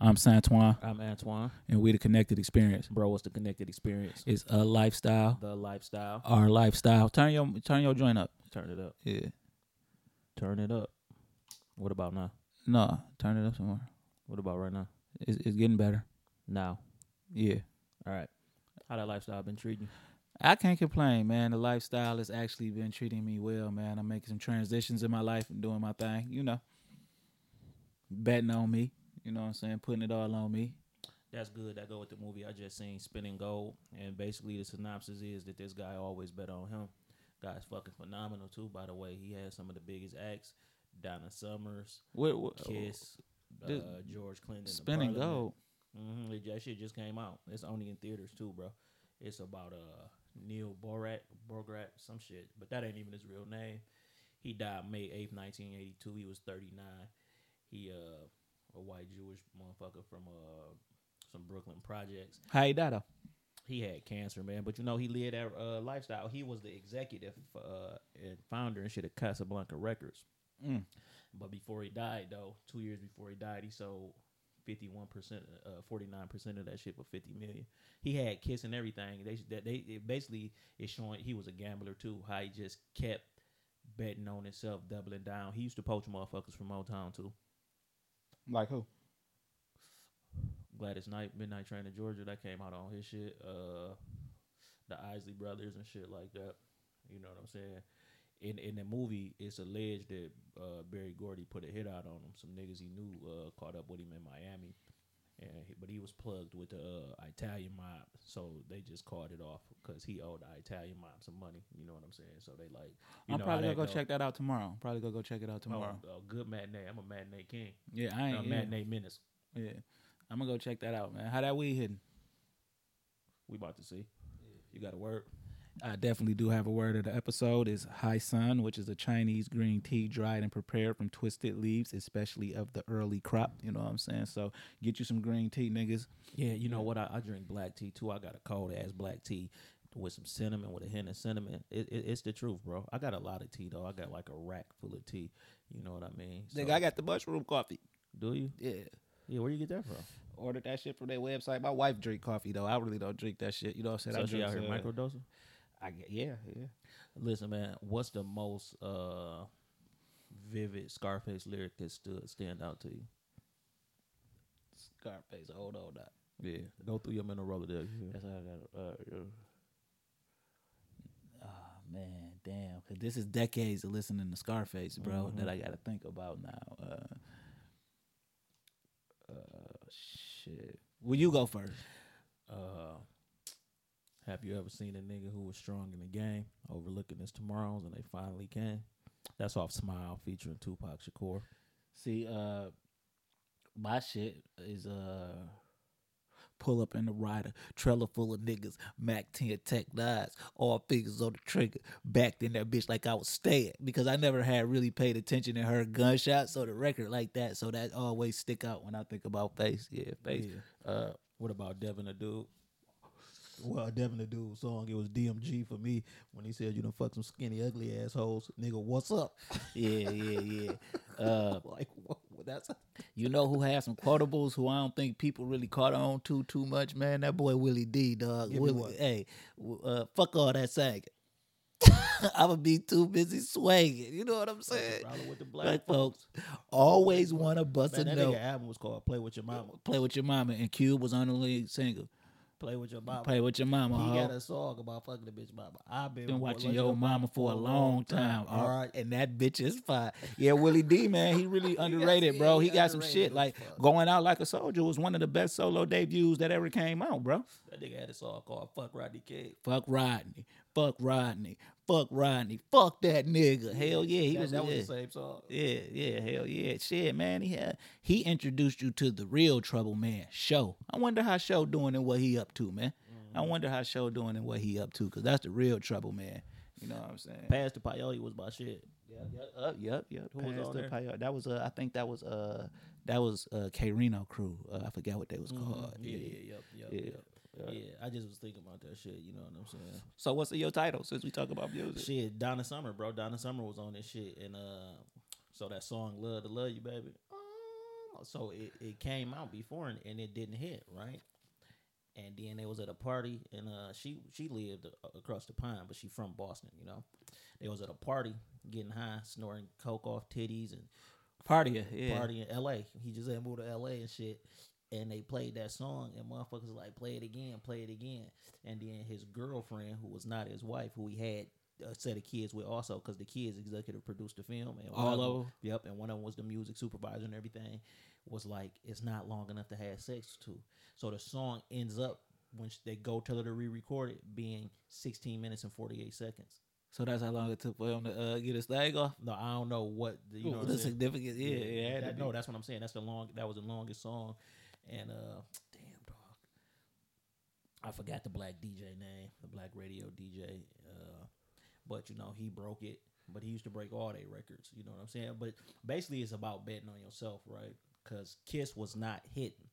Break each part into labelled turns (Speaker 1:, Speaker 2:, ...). Speaker 1: I'm Santuan,
Speaker 2: I'm Antoine.
Speaker 1: and we the Connected Experience.
Speaker 2: Bro, what's the connected experience?
Speaker 1: It's a lifestyle,
Speaker 2: The lifestyle.
Speaker 1: our lifestyle. Turn your turn your joint up.
Speaker 2: Turn it up.
Speaker 1: Yeah.
Speaker 2: Turn it up. What about now?
Speaker 1: No, turn it up some more.
Speaker 2: What about right now?
Speaker 1: It's, it's getting better.
Speaker 2: Now.
Speaker 1: Yeah.
Speaker 2: All right. How that lifestyle been treating you?
Speaker 1: I can't complain, man. The lifestyle has actually been treating me well, man. I'm making some transitions in my life and doing my thing, you know. Betting on me, you know what I'm saying? Putting it all on me.
Speaker 2: That's good. That go with the movie I just seen, Spinning Gold. And basically the synopsis is that this guy always bet on him. Guy's fucking phenomenal too, by the way. He has some of the biggest acts. Donna Summers,
Speaker 1: What, what
Speaker 2: Kiss, uh,
Speaker 1: This-
Speaker 2: George Clinton. the
Speaker 1: spinning
Speaker 2: Parliament.
Speaker 1: gold.
Speaker 2: Mm-hmm. It, that shit just came out. It's only in theaters too, bro. It's about uh Neil Borat, Borat, some shit, but that ain't even his real name. He died May eighth, nineteen eighty two. He was thirty nine. He uh a white Jewish motherfucker from uh some Brooklyn projects.
Speaker 1: How you that
Speaker 2: He had cancer, man, but you know he lived that uh, lifestyle. He was the executive uh, and founder and shit of Casablanca Records.
Speaker 1: Mm.
Speaker 2: But before he died, though, two years before he died, he sold fifty one percent, forty nine percent of that shit for fifty million. He had kiss and everything. They that they it basically is showing he was a gambler too. How he just kept betting on himself, doubling down. He used to poach motherfuckers from Motown too.
Speaker 1: Like who?
Speaker 2: Gladys Knight, Midnight Train to Georgia, that came out on his shit. Uh, the Isley Brothers and shit like that. You know what I'm saying? In in the movie, it's alleged that uh, Barry Gordy put a hit out on him. Some niggas he knew uh, caught up with him in Miami, and he, but he was plugged with the uh, Italian mob, so they just called it off because he owed the Italian mob some money. You know what I'm saying? So they like, you
Speaker 1: I'm
Speaker 2: know how
Speaker 1: probably
Speaker 2: that
Speaker 1: gonna go
Speaker 2: go.
Speaker 1: check that out tomorrow. I'm probably gonna go check it out
Speaker 2: oh,
Speaker 1: tomorrow.
Speaker 2: a good matinee. I'm a matinee king.
Speaker 1: Yeah, I
Speaker 2: I'm
Speaker 1: ain't
Speaker 2: a
Speaker 1: yeah,
Speaker 2: matinee menace.
Speaker 1: yeah. I'm gonna go check that out, man. How that weed hitting?
Speaker 2: We about to see. You got a word?
Speaker 1: I definitely do have a word of the episode is Hai Sun, which is a Chinese green tea dried and prepared from twisted leaves, especially of the early crop. You know what I'm saying? So get you some green tea, niggas.
Speaker 2: Yeah, you know what? I, I drink black tea too. I got a cold ass black tea with some cinnamon, with a hint of cinnamon. It, it, it's the truth, bro. I got a lot of tea though. I got like a rack full of tea. You know what I mean? So-
Speaker 1: got the mushroom coffee.
Speaker 2: do you?
Speaker 1: Yeah.
Speaker 2: Yeah, where you get that from?
Speaker 1: Ordered that shit from their website. My wife drink coffee though. I really don't drink that shit. You know what I'm saying?
Speaker 2: so
Speaker 1: I
Speaker 2: she
Speaker 1: drink uh,
Speaker 2: out here
Speaker 1: some-
Speaker 2: microdosing. I get, yeah, yeah. Listen, man, what's the most uh vivid Scarface lyric that stood stand out to you?
Speaker 1: Scarface, hold on. Now.
Speaker 2: Yeah, go through your mental roller there.
Speaker 1: That's all I got. Uh, Oh man, damn! Cause this is decades of listening to Scarface, bro. That I got to think about now. Uh, uh, shit. Will you go first?
Speaker 2: Uh, have you ever seen a nigga who was strong in the game, overlooking his tomorrows, and they finally came? That's off Smile featuring Tupac Shakur.
Speaker 1: See, uh, my shit is uh, pull up in the rider, trailer full of niggas, Mac ten Tech nines, all fingers on the trigger, backed in that bitch like I was staying because I never had really paid attention to her gunshots or the record like that, so that always stick out when I think about face. Yeah, face.
Speaker 2: Uh, what about Devin the Dude? Well, Devin the Dude song, it was DMG for me when he said, You done fuck some skinny, ugly assholes. Nigga, what's up?
Speaker 1: Yeah, yeah, yeah. Uh,
Speaker 2: like, what, what- that's
Speaker 1: you know who had some quotables who I don't think people really caught on to too much, man. That boy Willie D, dog.
Speaker 2: Give me one.
Speaker 1: Willie, hey, w- uh, fuck all that sagging. I'ma be too busy swinging. You know what I'm
Speaker 2: that's
Speaker 1: saying?
Speaker 2: the problem with the black
Speaker 1: eh, Black
Speaker 2: folks.
Speaker 1: folks always want to bust
Speaker 2: Man,
Speaker 1: a
Speaker 2: that
Speaker 1: note.
Speaker 2: nigga album was called Play With Your Mama.
Speaker 1: Play with your mama, and Cube was on the lead single.
Speaker 2: Play With Your Mama.
Speaker 1: Play with your mama.
Speaker 2: He
Speaker 1: ho.
Speaker 2: got a song about fucking the bitch mama. I've been,
Speaker 1: been
Speaker 2: wa-
Speaker 1: watching your mama for a long time.
Speaker 2: All
Speaker 1: All
Speaker 2: right.
Speaker 1: right, and that bitch is fine. Yeah, Willie D, man, he really underrated, bro. He got some
Speaker 2: underrated
Speaker 1: shit
Speaker 2: as
Speaker 1: like
Speaker 2: fuck.
Speaker 1: going out like a soldier was one of the best solo debuts that ever came out, bro.
Speaker 2: That nigga had a song called Fuck Rodney King.
Speaker 1: Fuck Rodney, fuck Rodney, fuck Rodney, fuck that nigga. Hell yeah, he
Speaker 2: that,
Speaker 1: was.
Speaker 2: that was
Speaker 1: yeah.
Speaker 2: the same song.
Speaker 1: yeah, yeah, hell yeah, shit, man. He had he introduced you to the real trouble man, Show. I wonder how Show doing and what he up to, man. I wonder how Show doing and what he up to, cause that's the real trouble man. You know what I'm saying?
Speaker 2: Pass the Paoli was my shit. Yeah, yeah,
Speaker 1: Uh, yep, yep.
Speaker 2: Who was
Speaker 1: Pass
Speaker 2: on
Speaker 1: the
Speaker 2: there?
Speaker 1: Pio- That was uh, I think that was uh, that was uh, K Reno crew. Uh, I forgot what they was called.
Speaker 2: yeah,
Speaker 1: Yeah.
Speaker 2: yep, yep,
Speaker 1: Yeah.
Speaker 2: yep. Yeah, I just was thinking about that shit. You know what I'm saying?
Speaker 1: So what's your title? Since we talk about music,
Speaker 2: Shit, Donna Summer, bro. Donna Summer was on this shit, and uh, so that song "Love to Love You, Baby." come on. So it, it came out before and, and it didn't hit, right? And then they was at a party and uh she she lived a- across the pond, but she from Boston, you know. They was at a party getting high, snoring coke off titties and
Speaker 1: Party, yeah.
Speaker 2: party in LA. He just had moved to LA and shit. And they played that song and motherfuckers like play it again, play it again. And then his girlfriend, who was not his wife, who he had a set of kids with also, because the kids executive produced the film and one
Speaker 1: All of
Speaker 2: them, yep, and one of them was the music supervisor and everything. Was like it's not long enough to have sex to. So the song ends up when sh- they go tell her to re-record it being 16 minutes and 48 seconds.
Speaker 1: So that's how long it took for him to uh, get his thing off.
Speaker 2: No, I don't know what the, you know. what I'm
Speaker 1: the
Speaker 2: saying?
Speaker 1: significance, yeah, yeah. It had
Speaker 2: that-
Speaker 1: to
Speaker 2: no,
Speaker 1: be.
Speaker 2: that's what I'm saying. That's the long. That was the longest song, and uh, damn dog, I forgot the black DJ name, the black radio DJ. Uh, but you know he broke it. But he used to break all their records. You know what I'm saying? But basically, it's about betting on yourself, right? Because Kiss was not hitting.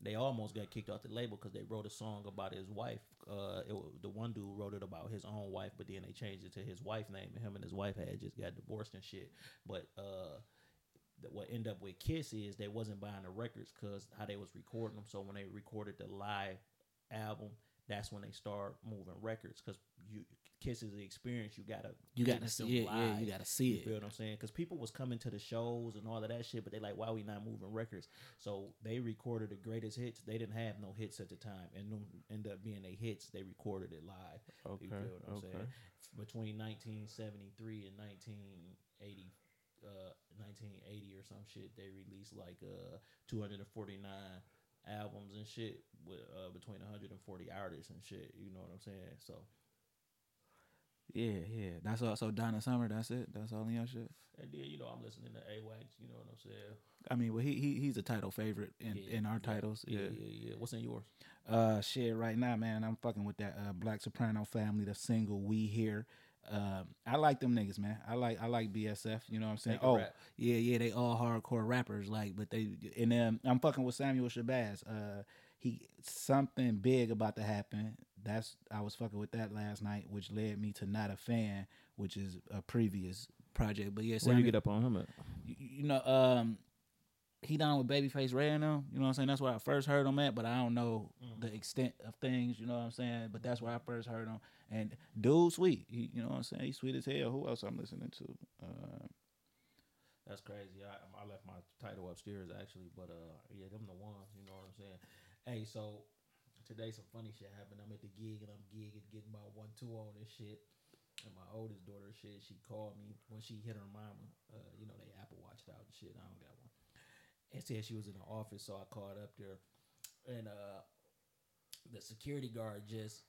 Speaker 2: They almost got kicked off the label because they wrote a song about his wife. Uh, it, wa- the one dude wrote it about his own wife, but then they changed it to his wife name, and him and his wife had just got divorced and shit. But uh, that what end up with Kiss is they wasn't buying the records because how they was recording them. So when they recorded the live album, that's when they start moving records because you Kiss is the experience. You gotta
Speaker 1: you got to
Speaker 2: witness them
Speaker 1: see it, yeah.
Speaker 2: live.
Speaker 1: You got to see
Speaker 2: You feel
Speaker 1: it.
Speaker 2: what I'm saying? Because people was coming to the shows and all of that shit, but they like, why we not moving records? So they recorded the greatest hits. They didn't have no hits at the time, and them end up being they hits. They recorded it live.
Speaker 3: Okay.
Speaker 2: You feel what I'm
Speaker 3: okay.
Speaker 2: saying? Between 1973 and 1980, uh, 1980 or some shit, they released like uh 249 albums and shit with uh, between 140 artists and shit. You know what I'm saying? So
Speaker 1: Yeah, yeah. That's all. So Donna Summer, that's it. That's all in your shit.
Speaker 2: and then you know I'm listening to AWACS. You know what I'm saying?
Speaker 1: I mean, well, he, he he's a title favorite in,
Speaker 2: Yeah,
Speaker 1: in our
Speaker 2: yeah,
Speaker 1: titles.
Speaker 2: yeah, yeah, yeah. What's in yours?
Speaker 1: Uh, shit, right now, man, I'm fucking with that uh, Black Soprano family, the single "We Here." Um, I like them niggas, man. I like I like BSF. You know what I'm saying?
Speaker 2: They can
Speaker 1: Oh,
Speaker 2: rap.
Speaker 1: yeah, yeah, they all hardcore rappers, like, but they and um, I'm fucking with Samuel Shabazz. Uh, he something big about to happen. That's I was fucking with that last night, which led me to not a fan, which is a previous project. But yeah,
Speaker 3: Where
Speaker 1: Samuel,
Speaker 3: you get up on him at?
Speaker 1: you, you know, um, he down with Babyface Ray and them. You know what I'm saying? That's where I first heard him at, but I don't know the extent of things. You know what I'm saying? But that's where I first heard him. And dude, sweet. He, you know what I'm saying? He's sweet as hell. Who else I'm listening to? Uh,
Speaker 2: That's crazy. I, I left my title upstairs actually, but uh, yeah, them the ones. You know what I'm saying? Hey, so today some funny shit happened. I'm at the gig and I'm gigging, getting my one two on and shit. And my oldest daughter, shit, she called me when she hit her mama. Uh, you know they Apple watched out and shit. I don't got one. And said she was in the office, so I called up there, and uh, the security guard just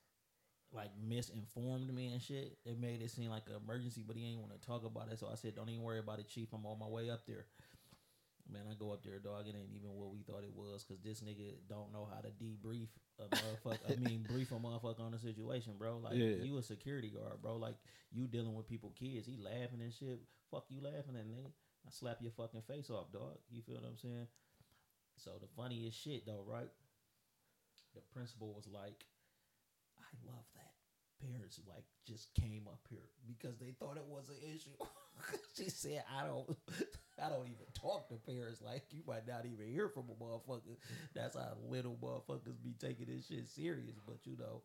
Speaker 2: like misinformed me and shit. It made it seem like an emergency, but he ain't want to talk about it. So I said, "Don't even worry about it, chief. I'm on my way up there." Man, I go up there, dog. It ain't even what we thought it was, cause this nigga don't know how to debrief a motherfucker. I mean, brief a motherfucker on the situation, bro. Like
Speaker 1: Yeah.
Speaker 2: you a security guard, bro. Like you dealing with people, kids. He laughing and shit. Fuck you laughing at nigga. I slap your fucking face off, dog. You feel what I'm saying? So the funniest shit though, right? The principal was like, I love that. Parents like just came up here because they thought it was an issue. she said, I don't I don't even talk to parents. Like you might not even hear from a motherfucker. That's how little motherfuckers be taking this shit serious. But you know,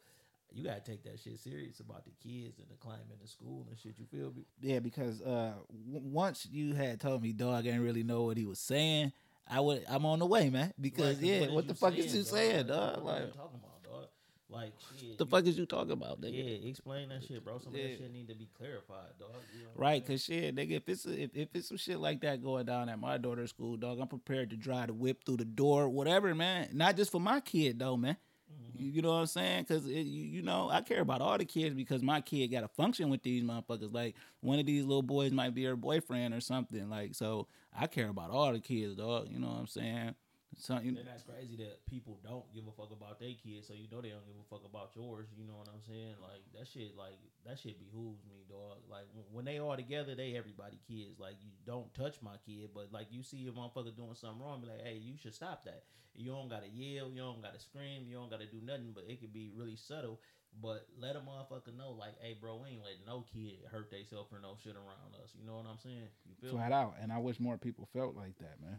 Speaker 2: you gotta take that shit serious about the kids and the climate in school and shit. You feel me?
Speaker 1: yeah, because uh, w- once you had told me, dog, I didn't really know what he was saying. I would. I'm on the way, man. Because
Speaker 2: Like,
Speaker 1: yeah, what,
Speaker 2: is
Speaker 1: the fuck is you saying,
Speaker 2: Like,
Speaker 1: dog?
Speaker 2: What are
Speaker 1: Like,
Speaker 2: you talking about, dog? Like shit.
Speaker 1: the
Speaker 2: you-
Speaker 1: fuck is you talking about, nigga?
Speaker 2: Yeah, explain that shit, bro. Some of
Speaker 1: Yeah.
Speaker 2: that shit need to be clarified, dog. You know what I'm
Speaker 1: Right,
Speaker 2: saying?
Speaker 1: cause shit, nigga, if it's if, if it's some shit like that going down at my daughter's school, dog, I'm prepared to drive the whip through the door, whatever, man. Not just for my kid though, man.
Speaker 2: Mm-hmm.
Speaker 1: You, you know what I'm saying? Cause it, you, you know I care about all the kids because my kid got to function with these motherfuckers. Like one of these little boys might be her boyfriend or something. Like so, I care about all the kids, dog. You know what I'm saying? Something.
Speaker 2: And that's crazy that people don't give a fuck about their kids, so you know they don't give a fuck about yours. You know what I'm saying? Like that shit, like that shit behooves me, dog. Like w- when they all together, they everybody kids. Like you don't touch my kid, but like you see a motherfucker doing something wrong, be like, hey, you should stop that. You don't gotta yell, you don't gotta scream, you don't gotta do nothing, but it could be really subtle. But let a motherfucker know, like, hey, bro, we ain't letting no kid hurt themselves or no shit around us. You know what I'm saying? You feel me?
Speaker 1: flat out. And I wish more people felt like that, man.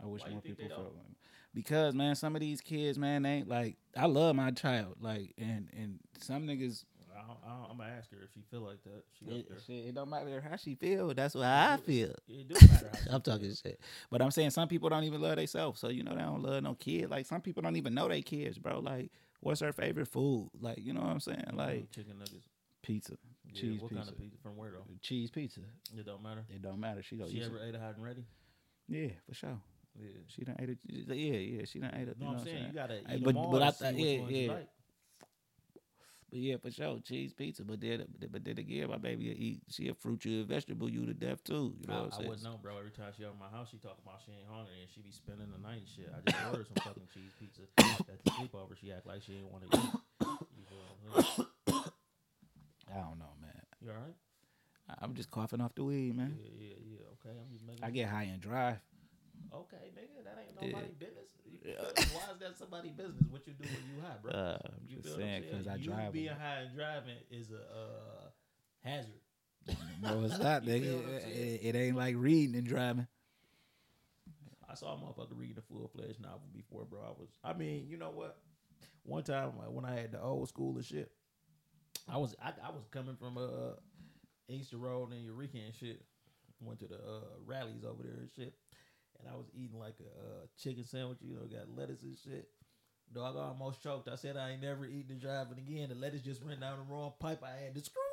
Speaker 1: I wish
Speaker 2: Why you
Speaker 1: more
Speaker 2: think
Speaker 1: people
Speaker 2: they
Speaker 1: felt
Speaker 2: don't?
Speaker 1: like me. because man, some of these kids, man, they ain't like I love my child, like and and some niggas,
Speaker 2: I don't, I don't, I'm gonna ask her if she feel like that. She up
Speaker 1: it,
Speaker 2: there.
Speaker 1: shit, it don't matter how she feel, that's what I feel.
Speaker 2: It do matter. how she
Speaker 1: I'm talking
Speaker 2: feel.
Speaker 1: shit, but I'm saying some people don't even love themselves, so you know they don't love no kid. Like some people don't even know they kids, bro. Like what's her favorite food? Like you know what I'm saying?
Speaker 2: Mm,
Speaker 1: Like
Speaker 2: chicken nuggets.
Speaker 1: pizza,
Speaker 2: Yeah,
Speaker 1: cheese
Speaker 2: what kind of
Speaker 1: pizza.
Speaker 2: pizza from where though?
Speaker 1: cheese pizza.
Speaker 2: It don't matter.
Speaker 1: It don't matter. She go
Speaker 2: she
Speaker 1: eat
Speaker 2: ever
Speaker 1: it.
Speaker 2: ate a hot and ready?
Speaker 1: Yeah, for sure.
Speaker 2: Yeah.
Speaker 1: She done ate it. Yeah, yeah. She done ate it.
Speaker 2: No,
Speaker 1: you know
Speaker 2: I'm saying you gotta eat
Speaker 1: Hey, but-
Speaker 2: them all
Speaker 1: but
Speaker 2: to
Speaker 1: I
Speaker 2: see
Speaker 1: thought-
Speaker 2: which
Speaker 1: yeah,
Speaker 2: ones you
Speaker 1: yeah.
Speaker 2: like.
Speaker 1: But yeah, for sure, cheese pizza. But then, but then again, my baby will eat. She a fruit you a vegetable you to death too. You know what I'm
Speaker 2: I, I
Speaker 1: saying?
Speaker 2: wouldn't know, bro. Every time she out of my house, she talk about she ain't hungry and she be spending the night and shit. I just ordered some fucking cheese pizza at the sleepover. She act like she ain't want to eat. You, feel what I'm saying?
Speaker 1: I don't know, man.
Speaker 2: you all right?
Speaker 1: I- I'm just coughing off the weed,
Speaker 2: Yeah,
Speaker 1: man.
Speaker 2: yeah, yeah. Okay, I'm just making.
Speaker 1: I get high and dry.
Speaker 2: Okay, nigga, that ain't
Speaker 1: Yeah.
Speaker 2: nobody business. You
Speaker 1: Yeah.
Speaker 2: feel me? Why is that somebody business? What you do when you high, bro?
Speaker 1: Uh, I'm
Speaker 2: you
Speaker 1: just
Speaker 2: feel what I'm
Speaker 1: saying because I
Speaker 2: you
Speaker 1: drive.
Speaker 2: being high and driving is a uh, hazard.
Speaker 1: no, it's not,
Speaker 2: You
Speaker 1: nigga.
Speaker 2: feel what I'm
Speaker 1: It,
Speaker 2: saying?
Speaker 1: it- it ain't like reading and driving.
Speaker 2: I saw a motherfucker reading a full fledged novel before, bro. I was, I mean, you know what? One time like, when I had the old school and shit, I was, I, I was coming from uh Easter Road and Eureka and shit. Went to the uh, rallies over there and shit, and I was eating like a uh, chicken sandwich. You know, got lettuce and shit. Dog, I almost choked. I said I ain't never eating and driving again. The lettuce just ran down the wrong pipe. I had to screw.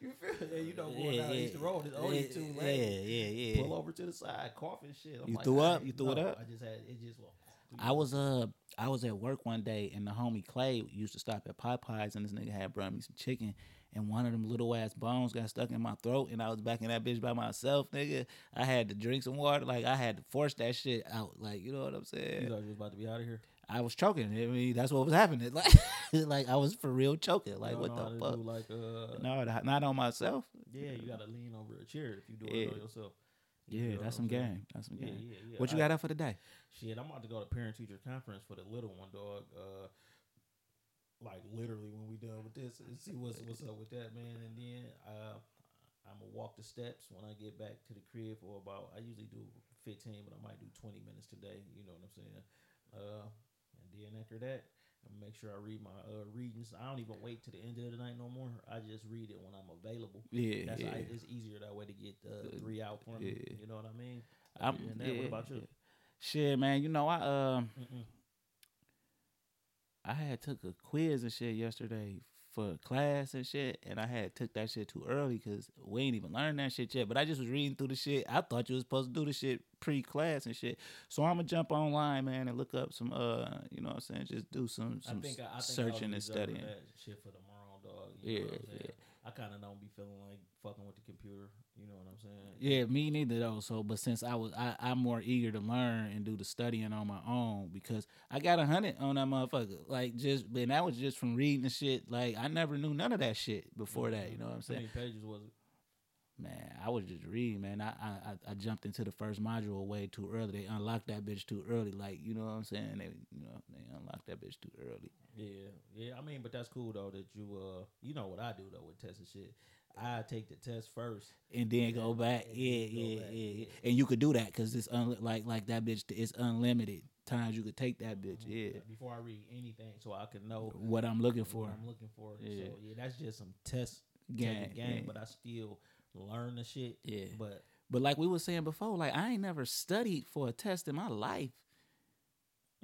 Speaker 2: You feel? Yeah, you know, going down Easter Road, it's only
Speaker 1: Uh, yeah,
Speaker 2: too
Speaker 1: yeah,
Speaker 2: late
Speaker 1: yeah, yeah.
Speaker 2: pull over to the side, coughing shit. I'm
Speaker 1: You
Speaker 2: like,
Speaker 1: threw up?
Speaker 2: "Aight,
Speaker 1: You threw it
Speaker 2: no."
Speaker 1: up?
Speaker 2: I just had it just. Well,
Speaker 1: I was uh I was at work one day and the homie Clay used to stop at Popeyes and this nigga had brought me some chicken and one of them little ass bones got stuck in my throat and I was back in that bitch by myself, nigga. I had to drink some water, like I had to force that shit out, like you know what I'm saying.
Speaker 2: You thought you was about to be out of here.
Speaker 1: I was choking. I mean, that's what was happening. Like, like I was for real choking. Like,
Speaker 2: You
Speaker 1: what
Speaker 2: don't know how
Speaker 1: the
Speaker 2: to
Speaker 1: fuck?
Speaker 2: do, Like, uh,
Speaker 1: No, not- not on myself.
Speaker 2: yeah, you gotta lean over a chair if you do
Speaker 1: Yeah.
Speaker 2: it on yourself. You
Speaker 1: Yeah,
Speaker 2: feel
Speaker 1: that's
Speaker 2: what
Speaker 1: some
Speaker 2: I'm saying?
Speaker 1: game. That's some
Speaker 2: Yeah,
Speaker 1: game.
Speaker 2: yeah, yeah.
Speaker 1: What you
Speaker 2: I-
Speaker 1: got up for the day?
Speaker 2: Shit, I'm about to go to parent teacher conference for the little one, dog. Uh, like literally when we done with this, and see what's what's up with that, man. And then uh, I'm gonna walk the steps when I get back to the crib for about. I usually do 15, but I might do 20 minutes today. You know what I'm saying? Uh, and then after that. I'm gonna Make sure I read my uh, readings. I don't even wait to the end of the night no more. I just read it when I'm available.
Speaker 1: Yeah,
Speaker 2: That's
Speaker 1: yeah.
Speaker 2: I, it's easier that way to get uh,
Speaker 1: Uh,
Speaker 2: three out for me.
Speaker 1: yeah.
Speaker 2: You know what I mean?
Speaker 1: I'm-
Speaker 2: and then
Speaker 1: yeah,
Speaker 2: what about
Speaker 1: yeah.
Speaker 2: you?
Speaker 1: Shit, man. You know, I um.
Speaker 2: Mm-mm.
Speaker 1: I had took a quiz and shit yesterday for class and shit, and I had took that shit too early because we ain't even learned that shit yet. But I just was reading through the shit. I thought you was supposed to do the shit pre-class and shit. So I'm gonna jump online, man, and look up some, uh, you know what I'm saying? Just do some some
Speaker 2: was
Speaker 1: searching and
Speaker 2: reserving
Speaker 1: studying.
Speaker 2: that shit for tomorrow, dog. You know what
Speaker 1: Yeah,
Speaker 2: I'm
Speaker 1: yeah.
Speaker 2: saying? I kind of don't be feeling like fucking with the computer. You know what I'm saying?
Speaker 1: Yeah, me neither though. So, but since I was, I, I'm more eager to learn and do the studying on my own because I got a hundred on that motherfucker. Like just, and that was just from reading the shit. Like I never knew none of that shit before that. You know what I'm
Speaker 2: How
Speaker 1: saying?
Speaker 2: many pages was it?
Speaker 1: Man, I was just reading, man. I, I I- I jumped into the first module way too early. They unlocked that bitch too early. Like, you know what I'm saying? They you know, they unlocked that bitch too early.
Speaker 2: Yeah, yeah. I mean, but that's cool though that you uh, you know what I do though with tests and shit. I take the test first.
Speaker 1: And then go
Speaker 2: Yeah,
Speaker 1: back.
Speaker 2: and then
Speaker 1: Yeah,
Speaker 2: go
Speaker 1: yeah,
Speaker 2: back,
Speaker 1: yeah, yeah.
Speaker 2: yeah.
Speaker 1: And you could do that cuz it's unli like like that bitch it's unlimited times you could take that bitch. Yeah.
Speaker 2: um, Before I read anything, so I can know
Speaker 1: What I'm looking
Speaker 2: what
Speaker 1: for.
Speaker 2: I'm looking for.
Speaker 1: Yeah.
Speaker 2: So yeah, that's just some test
Speaker 1: Game.
Speaker 2: game,
Speaker 1: yeah.
Speaker 2: game. But I still learn the shit.
Speaker 1: Yeah.
Speaker 2: But
Speaker 1: But like we were saying before, like I ain't never studied for a test in my life.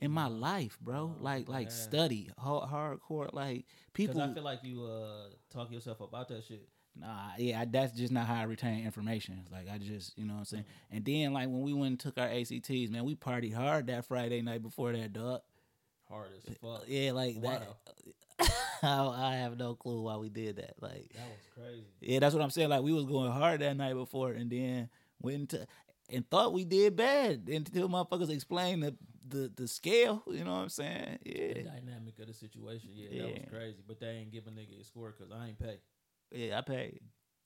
Speaker 1: In my life, bro.
Speaker 2: Oh,
Speaker 1: Like like
Speaker 2: man.
Speaker 1: study, hard, hardcore like
Speaker 2: because
Speaker 1: people
Speaker 2: I feel like you uh talk yourself about that shit.
Speaker 1: Nah, yeah, I, that's just not how I retain information. It's Like I just, you know what I'm saying. And then like when we went and took our ACTs, man, we partied hard that Friday night before that, dog.
Speaker 2: Hard
Speaker 1: Uh,
Speaker 2: as fuck.
Speaker 1: Yeah, like
Speaker 2: Why
Speaker 1: that. I, I have no clue why we did that. Like,
Speaker 2: That was crazy.
Speaker 1: yeah, that's what I'm saying. Like we was going hard that night before, and then went into and thought we did bad until motherfuckers explained the the, the scale. You know what I'm saying?
Speaker 2: the
Speaker 1: Yeah,
Speaker 2: dynamic of the situation. Yeah, that was
Speaker 1: Yeah.
Speaker 2: crazy. But they ain't give a nigga a score because I ain't pay.
Speaker 1: yeah, I paid.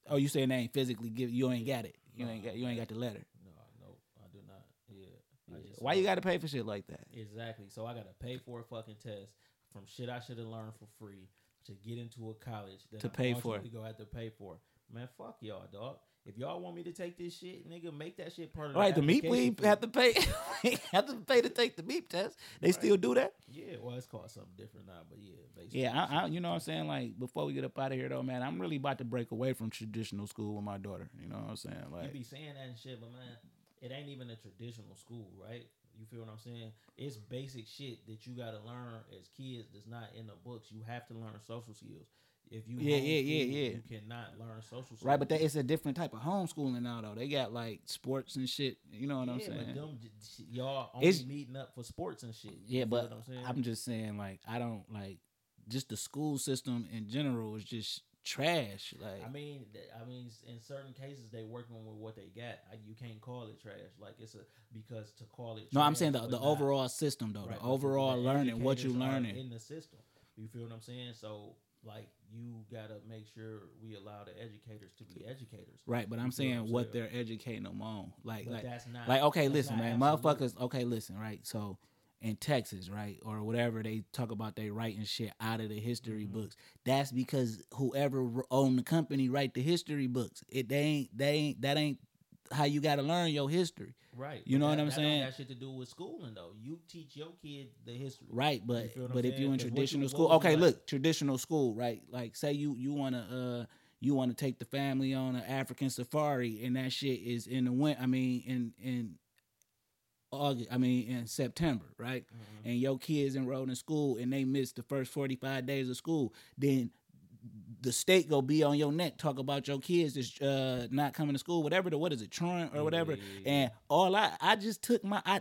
Speaker 1: Oh, you saying they ain't physically give? You ain't got it. You ain't got. You ain't got the letter.
Speaker 2: No, no, I do not. Yeah. I just-
Speaker 1: Why you got to pay for shit like that?
Speaker 2: Exactly. So I got to pay for a fucking test from shit I should have learned for free to get into a college that
Speaker 1: To
Speaker 2: I'm
Speaker 1: pay for.
Speaker 2: ultimately gonna have to pay for. Man, fuck y'all, dog. If y'all want me to take this shit, nigga, make that shit part of
Speaker 1: All right, the meat we
Speaker 2: application
Speaker 1: ain't
Speaker 2: fee.
Speaker 1: have to pay. we ain't have to pay to take the meat test. They still do that.
Speaker 2: Yeah, well, it's called something different now, but yeah, basically.
Speaker 1: Yeah, I, I, you know what I'm saying. Like before we get up out of here, though, man, I'm really about to break away from traditional school with my daughter. You know what I'm saying?
Speaker 2: you
Speaker 1: Like,
Speaker 2: be saying that and shit, but man, it ain't even a traditional school, right? You feel what I'm saying? It's basic shit that you gotta learn as kids. That's not in the books. You have to learn social skills. If you
Speaker 1: Yeah, yeah, yeah,
Speaker 2: homeschool,
Speaker 1: yeah.
Speaker 2: you cannot learn social skills.
Speaker 1: right? But that it's a different type of homeschooling now, though. They got like sports and shit. You know what I'm
Speaker 2: Yeah,
Speaker 1: saying?
Speaker 2: But them, j- sh- y'all only
Speaker 1: It's-
Speaker 2: meeting up for sports and shit. You
Speaker 1: Yeah,
Speaker 2: feel
Speaker 1: but
Speaker 2: what I'm saying.
Speaker 1: I'm just saying, like, I don't like just the school system in general is just trash. Like,
Speaker 2: I mean, th- I mean, s- in certain cases, they working with what they got. I, you can't call it trash. Like it's a because to call it.
Speaker 1: no, I'm
Speaker 2: trash
Speaker 1: saying the,
Speaker 2: would
Speaker 1: the
Speaker 2: not-
Speaker 1: overall system, though,
Speaker 2: Right,
Speaker 1: the
Speaker 2: but
Speaker 1: overall
Speaker 2: the
Speaker 1: learning, what you
Speaker 2: educators are
Speaker 1: learning.
Speaker 2: in the system. You feel what I'm saying? So like, you gotta make sure we allow the educators to be educators.
Speaker 1: Right, but I'm
Speaker 2: You feel what
Speaker 1: saying
Speaker 2: I'm
Speaker 1: what
Speaker 2: saying?
Speaker 1: they're educating them on. Like,
Speaker 2: But
Speaker 1: like,
Speaker 2: that's not
Speaker 1: like, okay,
Speaker 2: that's
Speaker 1: listen,
Speaker 2: not
Speaker 1: man,
Speaker 2: absolute.
Speaker 1: motherfuckers. Okay, listen, right. So, in Texas, right, or whatever, they talk about they writing shit out of the history
Speaker 2: Mhm.
Speaker 1: books. That's because whoever r- owned the company write the history books. It they ain't they ain't that ain't how you got to learn your history.
Speaker 2: Right.
Speaker 1: You
Speaker 2: but
Speaker 1: know what
Speaker 2: that-
Speaker 1: I'm
Speaker 2: that don't
Speaker 1: saying?
Speaker 2: Got shit to do with schooling though. You teach your kid the history.
Speaker 1: Right, but
Speaker 2: feel what I'm
Speaker 1: but if
Speaker 2: saying?
Speaker 1: you in
Speaker 2: 'Cause what you-
Speaker 1: traditional
Speaker 2: what
Speaker 1: school,
Speaker 2: would you
Speaker 1: okay,
Speaker 2: like?
Speaker 1: look, traditional school, right? Like say you you wanna uh you wanna take the family on an African safari, and that shit is in the win. I mean, in in August, I mean in September, right?
Speaker 2: Mhm.
Speaker 1: And your kids enrolled in school, and they miss the first forty five days of school, then the state go be on your neck talk about your kids is uh not coming to school whatever the what is it truant or whatever
Speaker 2: Yeah, yeah, yeah.
Speaker 1: and all I I just took my I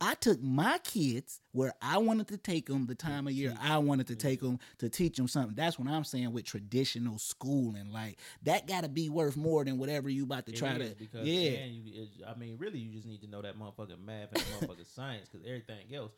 Speaker 1: I took my kids where I wanted to take them the time of year I wanted to take them to teach them something. That's what I'm saying with traditional schooling. Like that got to be worth more than whatever you about to
Speaker 2: It
Speaker 1: try
Speaker 2: is,
Speaker 1: to.
Speaker 2: because
Speaker 1: yeah,
Speaker 2: man, you, it, I mean, really, you just need to know that motherfucking math and motherfucking science because everything else